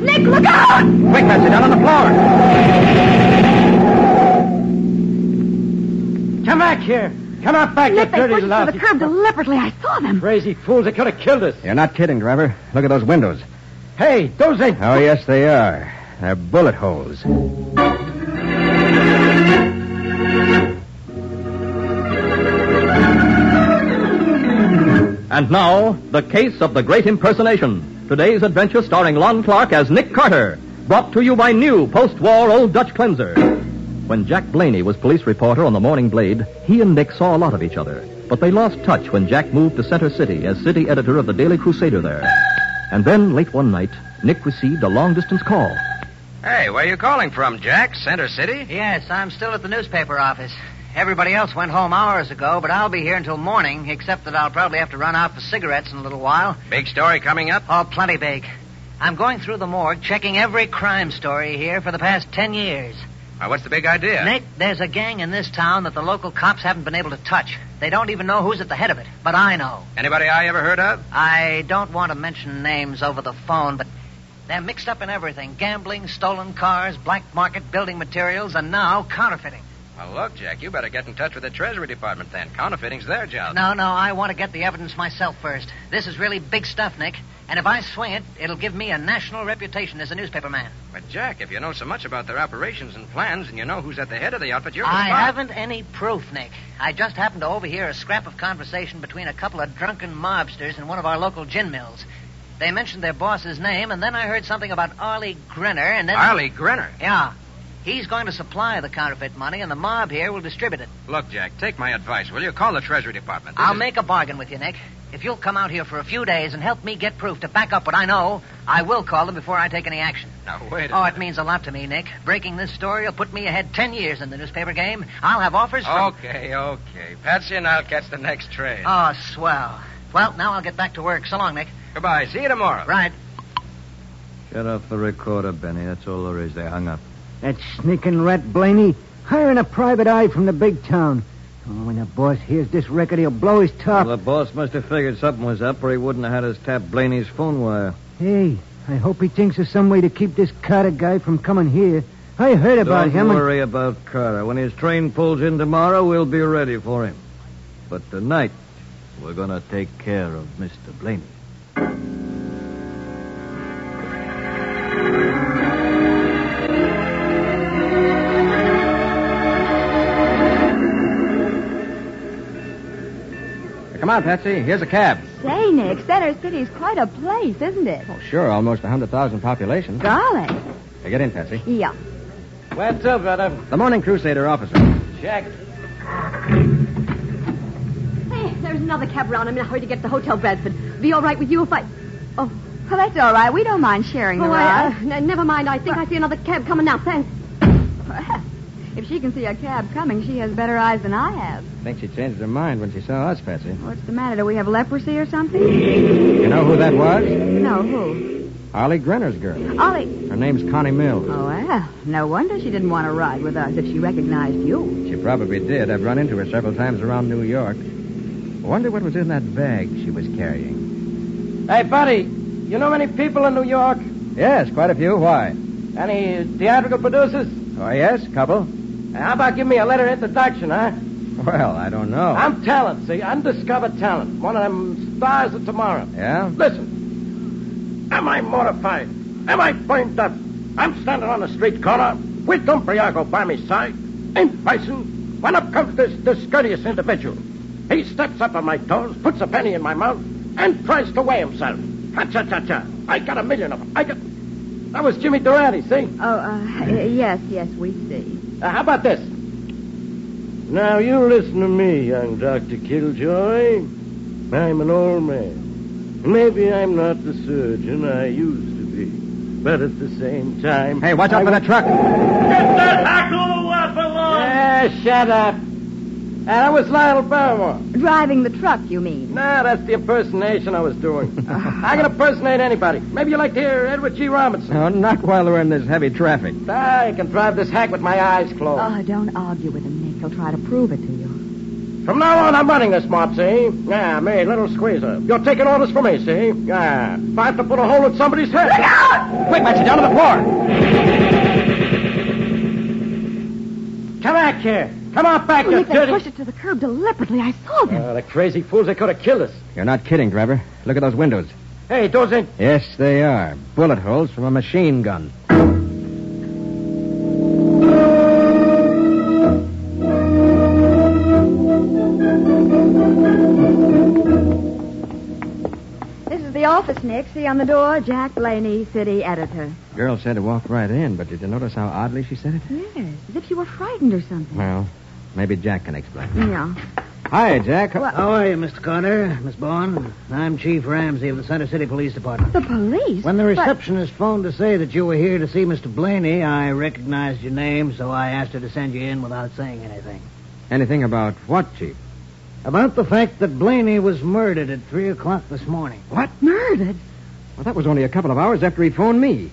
Nick, look out! Quick, Patsy, down on the floor. Come back here. Come out back, Nick, you they dirty pushed us to lousy. the curb deliberately. I saw them. Crazy fools, they could have killed us. You're not kidding, driver. Look at those windows. Hey, those ain't. Oh, yes, they are. Uh, They're bullet holes. And now, the case of the great impersonation. Today's adventure starring Lon Clark as Nick Carter, brought to you by new post-war old Dutch cleanser. When Jack Blaney was police reporter on the Morning Blade, he and Nick saw a lot of each other, but they lost touch when Jack moved to Center City as city editor of the Daily Crusader there. And then, late one night, Nick received a long-distance call. Hey, where are you calling from, Jack? Center City? Yes, I'm still at the newspaper office. Everybody else went home hours ago, but I'll be here until morning, except that I'll probably have to run out for cigarettes in a little while. Big story coming up? Oh, plenty big. I'm going through the morgue, checking every crime story here for the past ten years. Why, what's the big idea? Nick, there's a gang in this town that the local cops haven't been able to touch. They don't even know who's at the head of it, but I know. Anybody I ever heard of? I don't want to mention names over the phone, but they're mixed up in everything gambling, stolen cars, black market, building materials, and now counterfeiting. Well, look, Jack, you better get in touch with the Treasury Department then. Counterfeiting's their job. No, no, I want to get the evidence myself first. This is really big stuff, Nick. And if I swing it, it'll give me a national reputation as a newspaper man. But, Jack, if you know so much about their operations and plans and you know who's at the head of the outfit, you're I a spy. haven't any proof, Nick. I just happened to overhear a scrap of conversation between a couple of drunken mobsters in one of our local gin mills. They mentioned their boss's name, and then I heard something about Arlie Grenner, and then. Arlie Grenner. Yeah. He's going to supply the counterfeit money, and the mob here will distribute it. Look, Jack, take my advice, will you? Call the Treasury Department. This I'll is- make a bargain with you, Nick. If you'll come out here for a few days and help me get proof to back up what I know, I will call them before I take any action. Now, wait a Oh, minute. it means a lot to me, Nick. Breaking this story will put me ahead ten years in the newspaper game. I'll have offers from... Okay, okay. Patsy and I'll catch the next train. Oh, swell. Well, now I'll get back to work. So long, Nick. Goodbye. See you tomorrow. Right. Shut off the recorder, Benny. That's all there is. They hung up. That sneaking rat Blaney, hiring a private eye from the big town. Oh, when the boss hears this record, he'll blow his top. the boss must have figured something was up, or he wouldn't have had us tap Blaney's phone wire. Hey, I hope he thinks of some way to keep this Carter guy from coming here. I heard about Don't him. and- worry about Carter. When his train pulls in tomorrow, we'll be ready for him. But tonight, we're going to take care of Mr. Blaney. Come on, Patsy. Here's a cab. Say, Nick, Center City's quite a place, isn't it? Oh, sure. Almost 100,000 population. Golly. Get in, Patsy. Yeah. What's up, Adam? The Morning Crusader officer. Jack. Hey, there's another cab around. I'm in a hurry to get to the Hotel Bradford. Be all right with you if I... Oh, Well, that's all right. We don't mind sharing the oh I, ride. uh, n- never mind. I think I see another cab coming now. Thanks. Perhaps. If she can see a cab coming, she has better eyes than I have. I think she changed her mind when she saw us, Patsy. What's the matter? Do we have leprosy or something? You know who that was? No, who? Harley Grenner's girl. Ollie. Her name's Connie Mills. Oh, well, no wonder she didn't want to ride with us if she recognized you. She probably did. I've run into her several times around New York. Wonder what was in that bag she was carrying. Hey, buddy. You know any people in New York? Yes, quite a few. Why? Any theatrical producers? Oh, yes, couple. How about give me a letter introduction, huh? Well, I don't know. I'm talent, see? Undiscovered talent. One of them stars of tomorrow. Yeah? Listen. Am I mortified? Am I burned up? I'm standing on a street corner with Dumbriago by my side, in bison, when up comes this discourteous individual. He steps up on my toes, puts a penny in my mouth, and tries to weigh himself. Ha cha cha cha. I got a million of 'em. I got. That was Jimmy Durante, see? Oh, uh, yes, yes, we see. Uh, how about this? Now, you listen to me, young Dr. Killjoy. I'm an old man. Maybe I'm not the surgeon I used to be. But at the same time. Hey, watch out for that truck. Get that hackle off along! Yeah, shut up. Uh, that was Lionel Barrymore. Driving the truck, you mean? Nah, that's the impersonation I was doing. I can impersonate anybody. Maybe you like to hear Edward G. Robinson. Now, not while we're in this heavy traffic. I can drive this hack with my eyes closed. Oh, don't argue with him, Nick. He'll try to prove it to you. From now on, I'm running this mob, see? Yeah, me, little squeezer. You're taking orders from me, see? Yeah. If I have to put a hole in somebody's head. Look out! Quick, Matthew, down to the floor. Come back here. Come on back, Oh, you Nick, they dirty... pushed it to the curb deliberately. I saw them. Ah, the crazy fools, they could have killed us. You're not kidding, driver. Look at those windows. Hey, those ain't... Yes, they are. Bullet holes from a machine gun. This is the office, Nick. See on the door, Jack Blaney, city editor. Girl said to walk right in, but did you notice how oddly she said it? Yes, as if she were frightened or something. Well, maybe Jack can explain. Yeah. Hi, Jack. How are you, Mr. Carter, Miss Bourne? I'm Chief Ramsey of the Center City Police Department. The police? When the But- receptionist phoned to say that you were here to see Mr. Blaney, I recognized your name, so I asked her to send you in without saying anything. Anything about what, Chief? About the fact that Blaney was murdered at 3 o'clock this morning. What? Murdered? Well, that was only a couple of hours after he phoned me.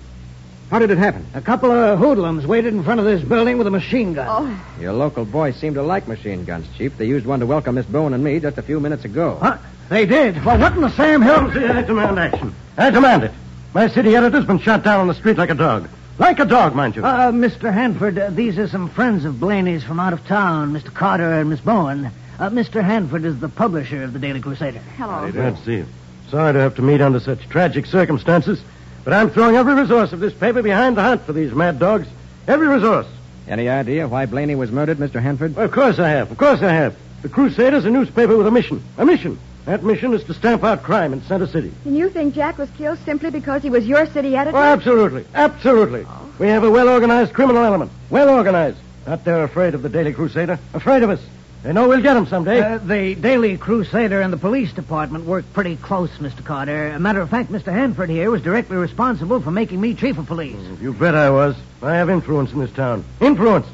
How did it happen? A couple of hoodlums waited in front of this building with a machine gun. Oh, Your local boys seem to like machine guns, Chief. They used one to welcome Miss Boone and me just a few minutes ago. Huh? They did. Well, what in the Sam Hill? I demand action. I demand it. My city editor's been shot down on the street like a dog. Like a dog, mind you. Uh, Mr. Hanford, uh, these are some friends of Blaney's from out of town, Mr. Carter and Miss Bowen. Uh, Mr. Hanford is the publisher of the Daily Crusader. hello. Glad to see you. Sorry to have to meet under such tragic circumstances, but I'm throwing every resource of this paper behind the hunt for these mad dogs. Every resource. Any idea why Blaney was murdered, Mr. Hanford? Well, of course I have. Of course I have. The Crusaders a newspaper with a mission. A mission. That mission is to stamp out crime in Center City. And you think Jack was killed simply because he was your city editor? Oh, absolutely. Absolutely. We have a well organized criminal element. Well organized. Not they're afraid of the Daily Crusader. Afraid of us. They know we'll get them someday. Uh, the Daily Crusader and the police department work pretty close, Mr. Carter. A matter of fact, Mr. Hanford here was directly responsible for making me chief of police. You bet I was. I have influence in this town. Influence.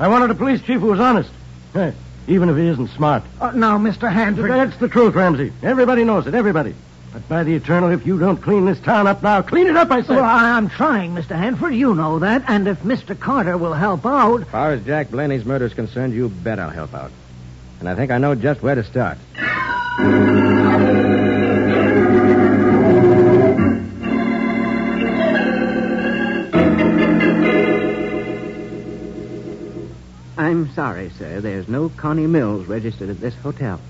I wanted a police chief who was honest. Eh, Even if he isn't smart. Uh, now, Mr. Hanford. That's the truth, Ramsey. Everybody knows it. Everybody. But by the eternal, if you don't clean this town up now, clean it up, I say. Well, I, I'm trying, Mr. Hanford. You know that. And if Mr. Carter will help out. As far as Jack Blaney's murder is concerned, you bet I'll help out. And I think I know just where to start. I'm sorry, sir. There's no Connie Mills registered at this hotel.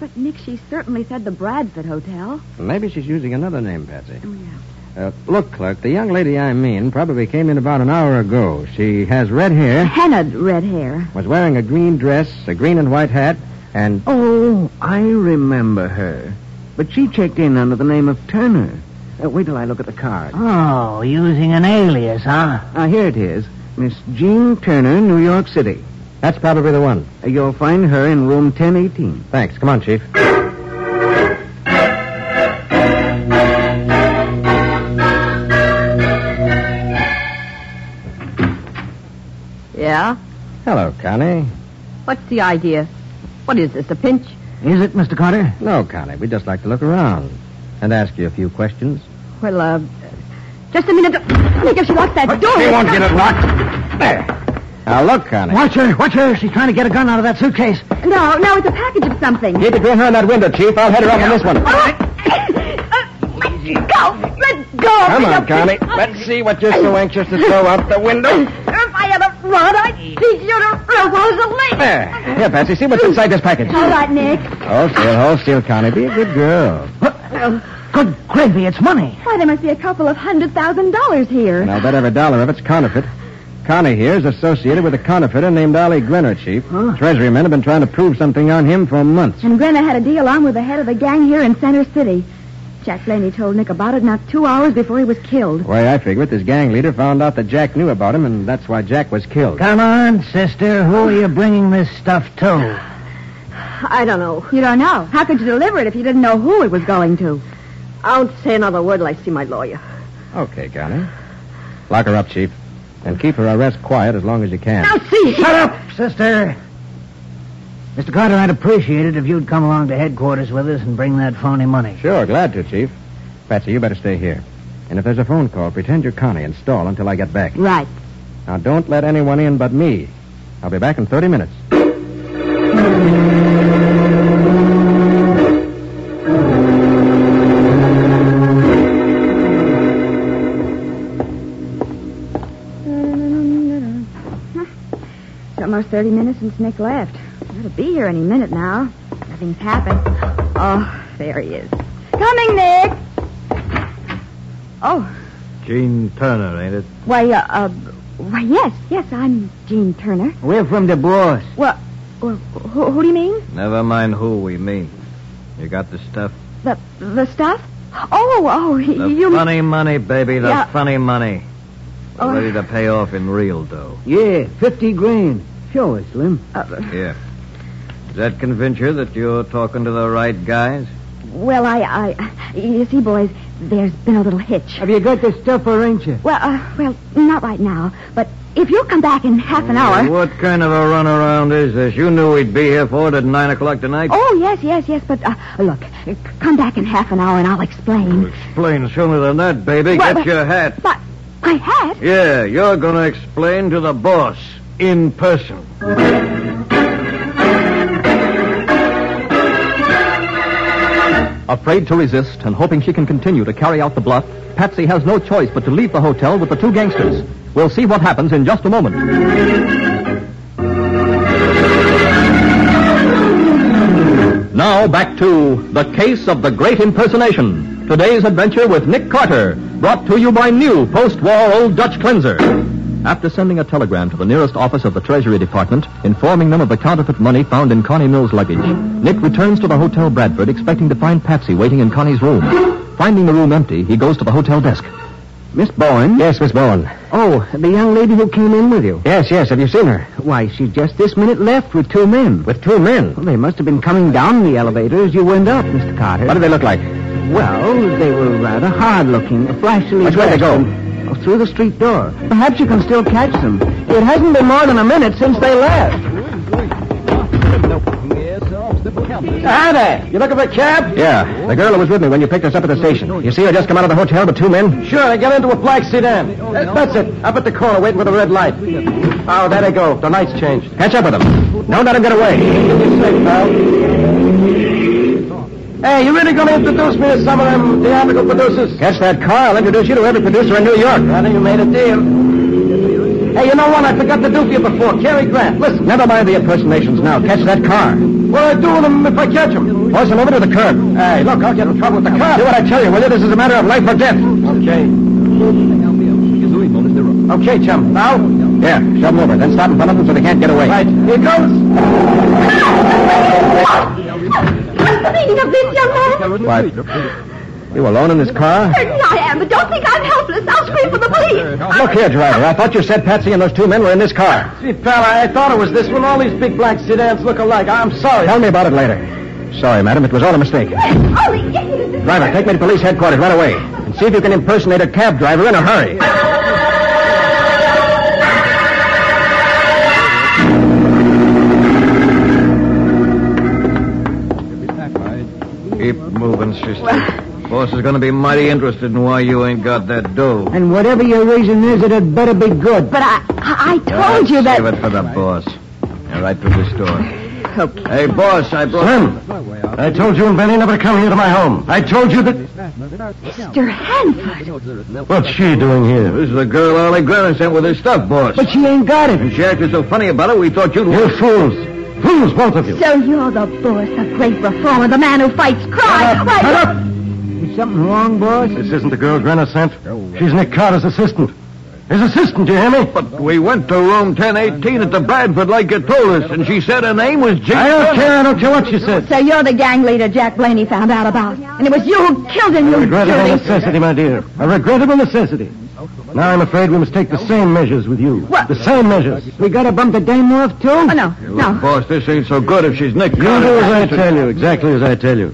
But, Nick, she certainly said the Bradford Hotel. Maybe she's using another name, Patsy. Oh, yeah. Uh, look, clerk, the young lady I mean probably came in about an hour ago. She has red hair, Hennard red hair. was wearing a green dress, a green and white hat, and Oh, I remember her. But she checked in under the name of Turner. Uh, wait till I look at the card. Oh, using an alias, huh? Ah, Uh, here it is. Miss Jean Turner, New York City. that's probably the one. Uh, you'll find her in room 1018. Thanks. Come on, Chief. Yeah? Hello, Connie. What's the idea? What is this, a pinch? Is it, Mr. Carter? No, Connie. We'd just like to look around and ask you a few questions. Well, uh, just a minute. Nick, if she locks that door. She won't get it locked. There. Now, look, Connie. Watch her, watch her. She's trying to get a gun out of that suitcase. No, no, it's a package of something. Keep between her and that window, Chief. I'll head her up on this one. Oh, Let go! Let go! Come Let on, go. Connie. Let's see what you're so anxious to throw out the window. If I ever run, I'd teach you to Rosalie. There. Here, Patsy, see what's inside this package. All right, Nick. Hold still, hold still, Connie. Be a good girl. Good gravy, it's money. Why, there must be a couple of hundred thousand dollars here. And I'll bet every dollar of it's counterfeit. Connie here is associated with a counterfeiter named Ollie Grenner, Chief. Treasury men have been trying to prove something on him for months. And Grenner had a deal on with the head of the gang here in Center City. Jack Blaney told Nick about it not two hours before he was killed. The way I figure it, this gang leader found out that Jack knew about him, and that's why Jack was killed. Come on, sister. Who are you bringing this stuff to? I don't know. You don't know? How could you deliver it if you didn't know who it was going to? I won't say another word till I see my lawyer. Okay, Connie. Lock her up, Chief. And keep her arrest quiet as long as you can. see. Shut up, sister. Mr. Carter, I'd appreciate it if you'd come along to headquarters with us and bring that phony money. Sure, glad to, Chief. Patsy, you better stay here. And if there's a phone call, pretend you're Connie and stall until I get back. Right. Now, don't let anyone in but me. I'll be back in 30 minutes. It's almost 30 minutes since Nick left. He ought to be here any minute now. Nothing's happened. Oh, there he is. Coming, Nick! Oh, Gene Turner, ain't it? why, uh, uh, why, yes, yes, I'm Jean Turner. We're from the boss. Well, well who, who do you mean? Never mind who we mean. You got the stuff? The, the stuff? Oh, oh, y- The you... funny money, baby, the Yeah. funny money. We're Oh. ready to pay off in real dough. Yeah, 50 grand. Show us, Slim. uh, Here. Does that convince you that you're talking to the right guys? Well, I, I, you see, boys, there's been a little hitch. Have you got the stuff or ain't you? Well, uh, well, not right now. But if you'll come back in half an hour. What kind of a runaround is this? You knew we'd be here for it at 9 o'clock tonight. Oh yes, yes, yes. But uh, look, c- come back in half an hour and I'll explain. Explain sooner than that, baby. Well, Get but- your hat. But my hat. Yeah, you're going to explain to the boss in person. Afraid to resist and hoping she can continue to carry out the bluff, Patsy has no choice but to leave the hotel with the two gangsters. We'll see what happens in just a moment. Now back to The Case of the Great Impersonation. Today's adventure with Nick Carter, brought to you by new post-war Old Dutch Cleanser. After sending a telegram to the nearest office of the Treasury Department, informing them of the counterfeit money found in Connie Mills' luggage, Nick returns to the Hotel Bradford expecting to find Patsy waiting in Connie's room. Finding the room empty, he goes to the hotel desk. Miss Bowen? Yes, Miss Bowen. Oh, the young lady who came in with you. Yes, yes. Have you seen her? Why, she just this minute left with two men. With two men? Well, they must have been coming down the elevator as you went up, Mr. Carter. What do they look like? Well, they were rather hard-looking, flashily Which way they dressed go? and- oh, through the street door. Perhaps you can still catch them. It hasn't been more than a minute since they left. Ah, there. You looking for a cab? Yeah. The girl who was with me when you picked us up at the station. You see her just come out of the hotel with two men? Sure. I got into a black sedan. That's it. Up at the corner waiting for the red light. Oh, there they go. The light's changed. Catch up with them. Don't let them get away. Hey, you really gonna introduce me to some of them theatrical producers? Catch that car. I'll introduce you to every producer in New York. I think you made a deal. Hey, you know what? I forgot to do for you before. Cary Grant, listen. Never mind the impersonations now. Catch that car. What do I do with them if I catch them? Horse him over to the curb. Hey, look, I'll get in trouble with the cop. Do what I tell you, will you? This is a matter of life or death. Okay. Okay, chum. Now? Yeah, shove them over. Then stop in front of them so they can't get away. Right. Here goes. I'm thinking of this young man. Why? You alone in this car? Certainly I am, but don't think I'm helpless. I'll scream for the police. Look here, driver. I thought you said Patsy and those two men were in this car. Gee, pal, I thought it was this one. All these big black sedans look alike. I'm sorry. Tell me about it later. Sorry, madam. It was all a mistake. Uh, oh, Ollie, get you to Driver, take me to police headquarters right away. And see if you can impersonate a cab driver in a hurry. Keep moving, sister. Boss is going to be mighty interested in why you ain't got that dough. And whatever your reason is, it had better be good. But I, I, I told you Save that. it for the boss. Now, right through the store. Hey, boss, I brought... Slim! I told you and Benny never to come here to my home. I told you that... Mr. Hanford. What's she doing here? This is the girl Ollie Grannon sent with her stuff, boss. But she ain't got it. And she acted so funny about it, we thought you'd... You fools. Fools, both of Uh, So you're the boss, the great reformer, the man who fights crime. Shut Shut up! Something wrong, boss? This isn't the girl Grenner sent. Oh, She's Nick Carter's assistant. His assistant, you hear me? But We went to room 1018 at the Bradford like you told us, and she said her name was Jane. I don't care. I don't care what you said. So you're the gang leader Jack Blaney found out about. And it was you who killed him, A you regrettable dirty... necessity, my dear. A regrettable necessity. Now I'm afraid we must take the same measures with you. What? The same measures. We gotta bump the dame off too? Oh, no. Look, boss, this ain't so good if she's Nick You Carter. do as I tell you, exactly as I tell you.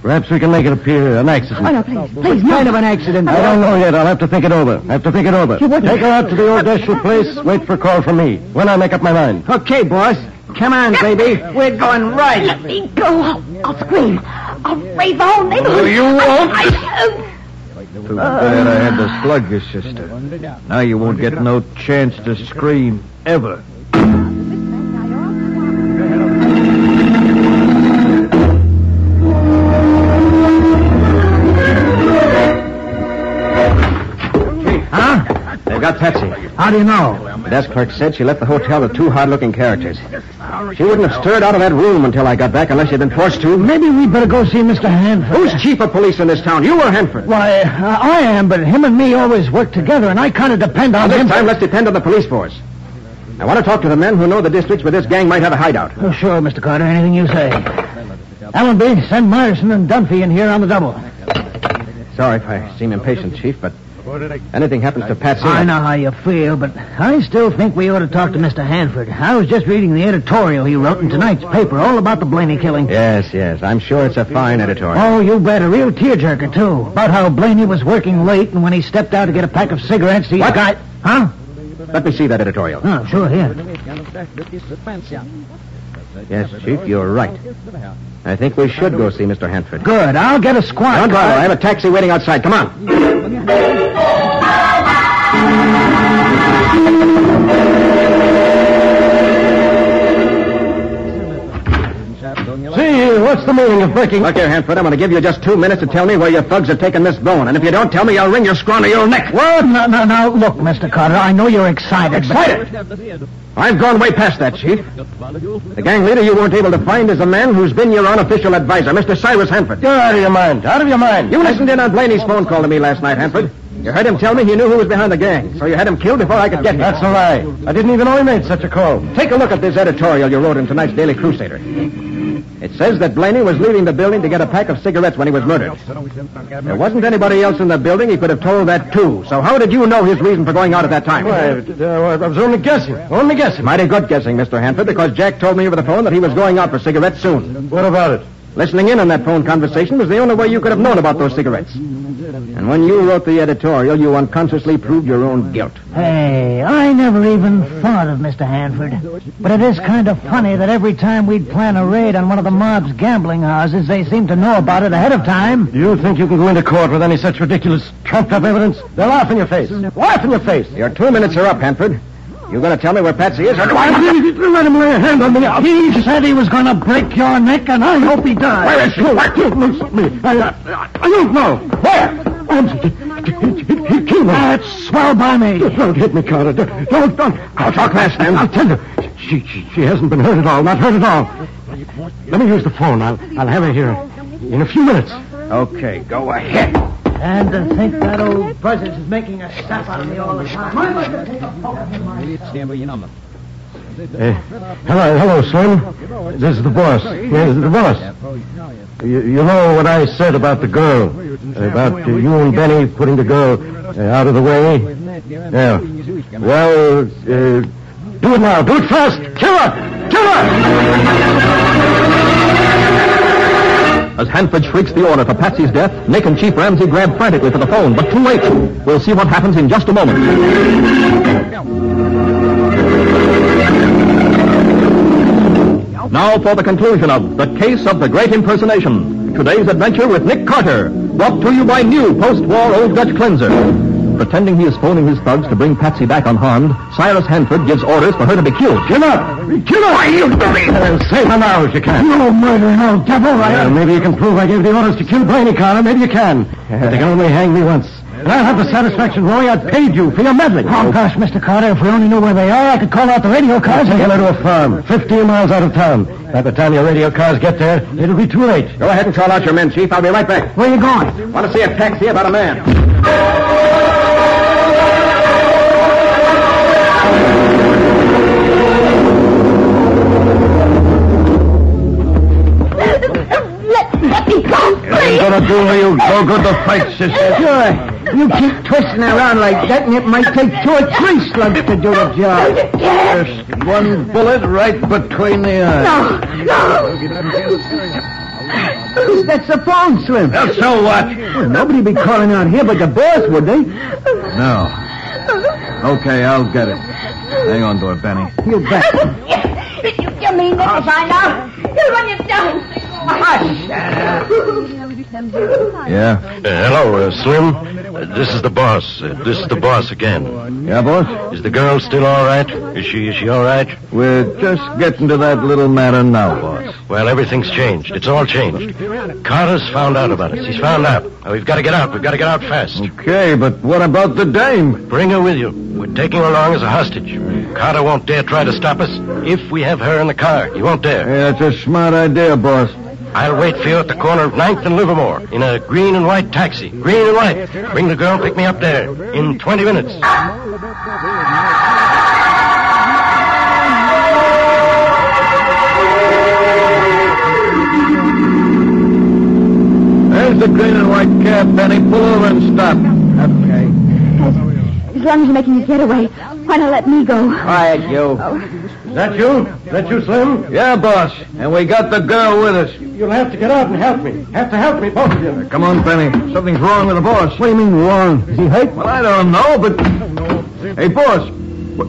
Perhaps we can make it appear an accident. Oh, no, please, please, What no. kind of an accident? I don't know yet. I'll have to think it over. I have to think it over. You wouldn't. Take her out to the old Deschel place. Wait for a call from me. When I make up my mind. Okay, boss. Come on, baby. We're going Let me go. I'll, I'll scream. I'll rave the whole neighborhood. No, you won't. I, I, Too bad I had to slug your sister. Now you won't get no chance to scream ever. Huh? They've got Patsy. How do you know? The desk clerk said she left the hotel with two hard-looking characters. She wouldn't have stirred out of that room until I got back unless she'd been forced to. Maybe we'd better go see Mr. Hanford. Who's chief of police in this town? You or Hanford? Why, uh, I am, but him and me always work together, and I kind of depend Now, on this him. time, let's depend on the police force. I want to talk to the men who know the districts where this gang might have a hideout. Oh, sure, Mr. Carter, anything you say. Allenby, send Myerson and Dunphy in here on the double. Sorry if I seem impatient, Chief, but anything happens to Patsy. I know how you feel, but I still think we ought to talk to Mr. Hanford. I was just reading the editorial he wrote in tonight's paper all about the Blaney killing. Yes, yes. I'm sure it's a fine editorial. Oh, you bet. A real tearjerker, too. About how Blaney was working late, and when he stepped out to get a pack of cigarettes, he... What? Got... Huh? Let me see that editorial. Oh, sure, here. Yes, Chief, you're right. I think we should go see Mr. Hanford. Good. I'll get a squad. Don't bother. I have a taxi waiting outside. Come on. See, what's the meaning of breaking? Look here, Hanford. I'm going to give you just two minutes to tell me where your thugs are taking Miss Bowen. And if you don't tell me, I'll wring your scrawny old neck. Well, no, no, no. Look, Mr. Carter, I know you're excited. Excited? I've gone way past that, Chief. The gang leader you weren't able to find is the man who's been your unofficial advisor, Mr. Cyrus Hanford. You're out of your mind. Out of your mind. You listened in on Blaney's phone call to me last night, Hanford. You heard him tell me he knew who was behind the gang, so you had him killed before I could get here. That's a lie. I didn't even know he made such a call. Take a look at this editorial you wrote in tonight's Daily Crusader. It says that Blaney was leaving the building to get a pack of cigarettes when he was murdered. There wasn't anybody else in the building he could have told that to, so how did you know his reason for going out at that time? Why, uh, I was only guessing. Only guessing. Mighty good guessing, Mr. Hanford, because Jack told me over the phone that he was going out for cigarettes soon. What about it? Listening in on that phone conversation was the only way you could have known about those cigarettes. And when you wrote the editorial, you unconsciously proved your own guilt. Hey, I never even thought of Mr. Hanford. But it is kind of funny that every time we'd plan a raid on one of the mob's gambling houses, they seem to know about it ahead of time. You think you can go into court with any such ridiculous trumped up evidence? They'll laugh in your face. Laugh in your face. Your two minutes are up, Hanford. You going to tell me where Patsy is, or do I... Let him lay a hand on me. He said he was going to break your neck, and I hope he does. Where is she? Why can't you shoot me? I, I, I don't know. Where? I'm, he, he, he killed her. That's swell by me. Don't hit me, Carter. Don't, don't. don't. I'll talk fast, then. I'll tell you. She, she, she hasn't been hurt at all. Not hurt at all. Let me use the phone. I'll, I'll have her here in a few minutes. Uh, Okay, go ahead. And to think that old Buzzards is making a sap out of me all the time. Eh, hello, hello, Slim. This is the boss. Yes, the boss. You, you know what I said about the girl, about uh, you and Benny putting the girl uh, out of the way. Yeah. Well, uh, do it now. Do it fast. Kill her. Kill As Hanford shrieks the order for Patsy's death, Nick and Chief Ramsey grab frantically for the phone, but too late. We'll see what happens in just a moment. Now for the conclusion of The Case of the Great Impersonation. Today's adventure with Nick Carter, brought to you by new post-war Old Dutch Cleanser. Pretending he is phoning his thugs to bring Patsy back unharmed, Cyrus Hanford gives orders for her to be killed. Kill her! Kill her! Why, you Save her now if you can. You murdering old devil. maybe you can prove I gave the orders to kill Blaney, Connor. Maybe you can. But they can only hang me once. And I'll have the satisfaction, Roy. I paid you for your meddling. Oh, gosh, Mr. Carter, if we only knew where they are, I could call out the radio cars. Take her to a farm, 15 miles out of town. By the time your radio cars get there, it'll be too late. Go ahead and call out your men, Chief. I'll be right back. Where are you going? Want to see a taxi about a man. Let, let me go, It's gonna do for you no good to fight, sister. Sure. You keep twisting around like that, and it might take two or three slugs to do the job. Just one bullet right between the eyes. That's the phone, Slim. Well, so what? Well, nobody'd be calling out here but the boss, would they? No. Okay, I'll get it. Hang on to it, Benny. You bet. You mean that if I now? He'll run you down. Hush. Yeah. hello, uh, Slim. Uh, this is the boss. Uh, this is the boss again. Yeah, boss? Is the girl still all right? Is she is she all right? We're just getting to that little matter now, boss. Well, everything's changed. It's all changed. Carter's found out about us. He's found out. Now, we've got to get out. We've got to get out fast. Okay, but what about the dame? Bring her with you. We're taking her along as a hostage. Carter won't dare try to stop us if we have her in the car. He won't dare. Yeah, it's a smart idea, boss. I'll wait for you at the corner of 9th and Livermore in a green and white taxi. Green and white. Bring the girl, pick me up there in 20 minutes. There's the green and white cab, Benny. Pull over and stop. Okay. As long as you're making a getaway, why not let me go? Quiet, you. Is that you? Is that you, Slim? Yeah, boss. And we got the girl with us. Uh, You'll have to get out and help me. Have to help me, both of you. Come on, Benny. Something's wrong with the boss. What do you mean wrong? Is he hurt? Well, I don't know, but. Hey, boss. What?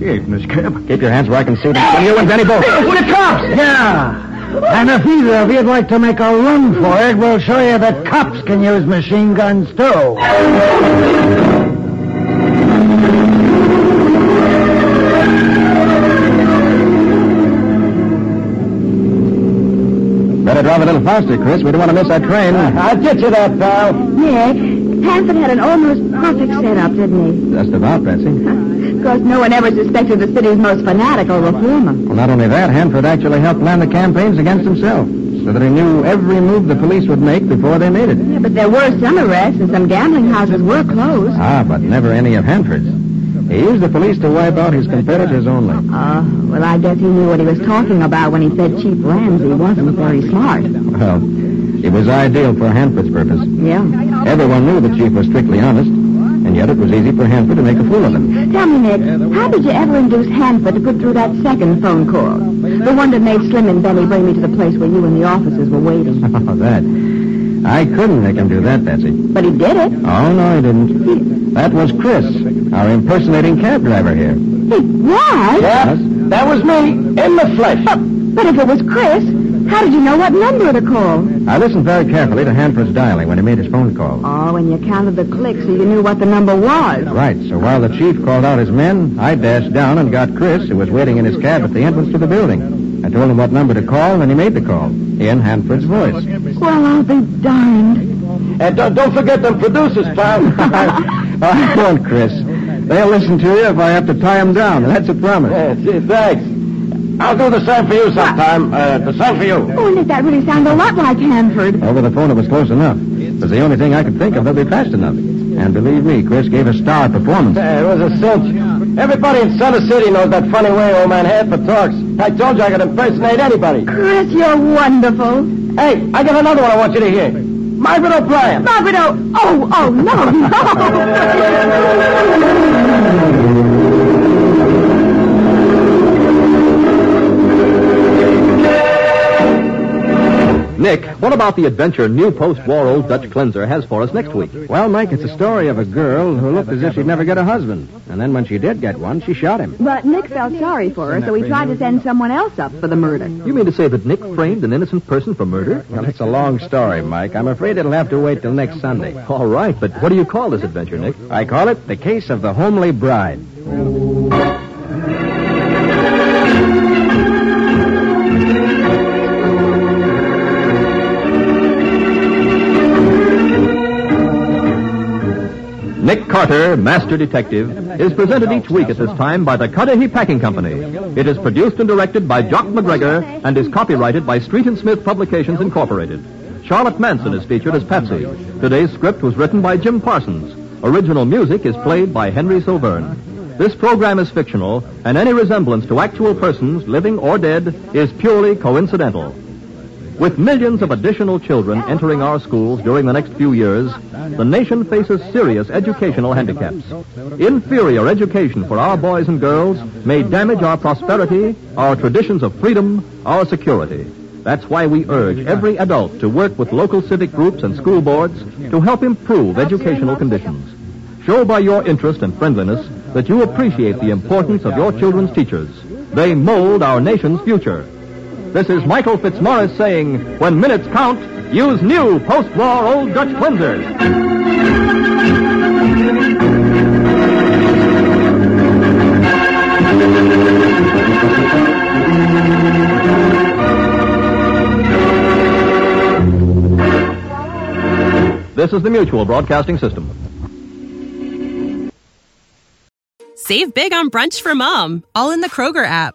He ain't in his cab. Keep your hands where I can see them. You and Benny both. the cops! Yeah. And if either of you'd like to make a run for it, we'll show you that cops can use machine guns, too. Better drive a little faster, Chris. We don't want to miss our train. I'll get you there, pal. Nick, Hanford had an almost perfect setup, didn't Just about, Betsy. he? Of course, no one ever suspected the city's most fanatical reformer. Well, not only that, Hanford actually helped plan the campaigns against himself, so that he knew every move the police would make before they made it. Yeah, but there were some arrests, and some gambling houses were closed. Ah, but never any of Hanford's. He used the police to wipe out his competitors only. Uh, well, I guess he knew what he was talking about when he said Chief Ramsey wasn't very smart. Well, it was ideal for Hanford's purpose. Yeah. Everyone knew the chief was strictly honest, and yet it was easy for Hanford to make a fool of him. Tell me, Nick, how did you ever induce Hanford to put through that second phone call? The one that made Slim and Benny bring me to the place where you and the officers were waiting. Oh, that. I couldn't make him do that, Betsy. But he did it. Oh, no, he didn't. That was Chris, our impersonating cab driver here. He was? Yes. That was me, in the flesh. But, but if it was Chris, how did you know what number to call? I listened very carefully to Hanford's dialing when he made his phone call. Oh, and you counted the clicks so you knew what the number was. Right, so while the chief called out his men, I dashed down and got Chris, who was waiting in his cab at the entrance to the building. I told him what number to call, and he made the call in Hanford's voice. Well, I'll be darned. And don't, don't forget them producers, pal. I won't, Chris. They'll listen to you if I have to tie them down. That's a promise. thanks. I'll do the same for you Ah. sometime. Uh, the same for you. Oh, Nick, that really sounds a lot like Hanford. Over the phone, it was close enough. It was the only thing I could think of that would be fast enough. And believe me, Chris gave a star performance. It was a cinch. Everybody in Center City knows that funny way old man Hanford talks. I told you I could impersonate anybody. Chris, you're wonderful. Hey, I got another one I want you to hear. Margaret O'Brien. Margaret O. Oh, oh, no, no. Nick, what about the adventure new post-war old Dutch cleanser has for us next week? Well, Mike, it's a story of a girl who looked as if she'd never get a husband. And then when she did get one, she shot him. But Nick felt sorry for her, so he tried to send someone else up for the murder. You mean to say that Nick framed an innocent person for murder? Well, it's a long story, Mike. I'm afraid it'll have to wait till next Sunday. All right, but what do you call this adventure, Nick? I call it The Case of the Homely Bride. Nick Carter, Master Detective, is presented each week at this time by the Cudahy Packing Company. It is produced and directed by Jock McGregor and is copyrighted by Street and Smith Publications Incorporated. Charlotte Manson is featured as Patsy. Today's script was written by Jim Parsons. Original music is played by Henry Silverne. This program is fictional, and any resemblance to actual persons, living or dead, is purely coincidental. With millions of additional children entering our schools during the next few years, the nation faces serious educational handicaps. Inferior education for our boys and girls may damage our prosperity, our traditions of freedom, our security. That's why we urge every adult to work with local civic groups and school boards to help improve educational conditions. Show by your interest and friendliness that you appreciate the importance of your children's teachers. They mold our nation's future. This is Michael Fitzmaurice saying, when minutes count, use new post-war old Dutch cleansers. This is the Mutual Broadcasting System. Save big on brunch for mom, all in the Kroger app.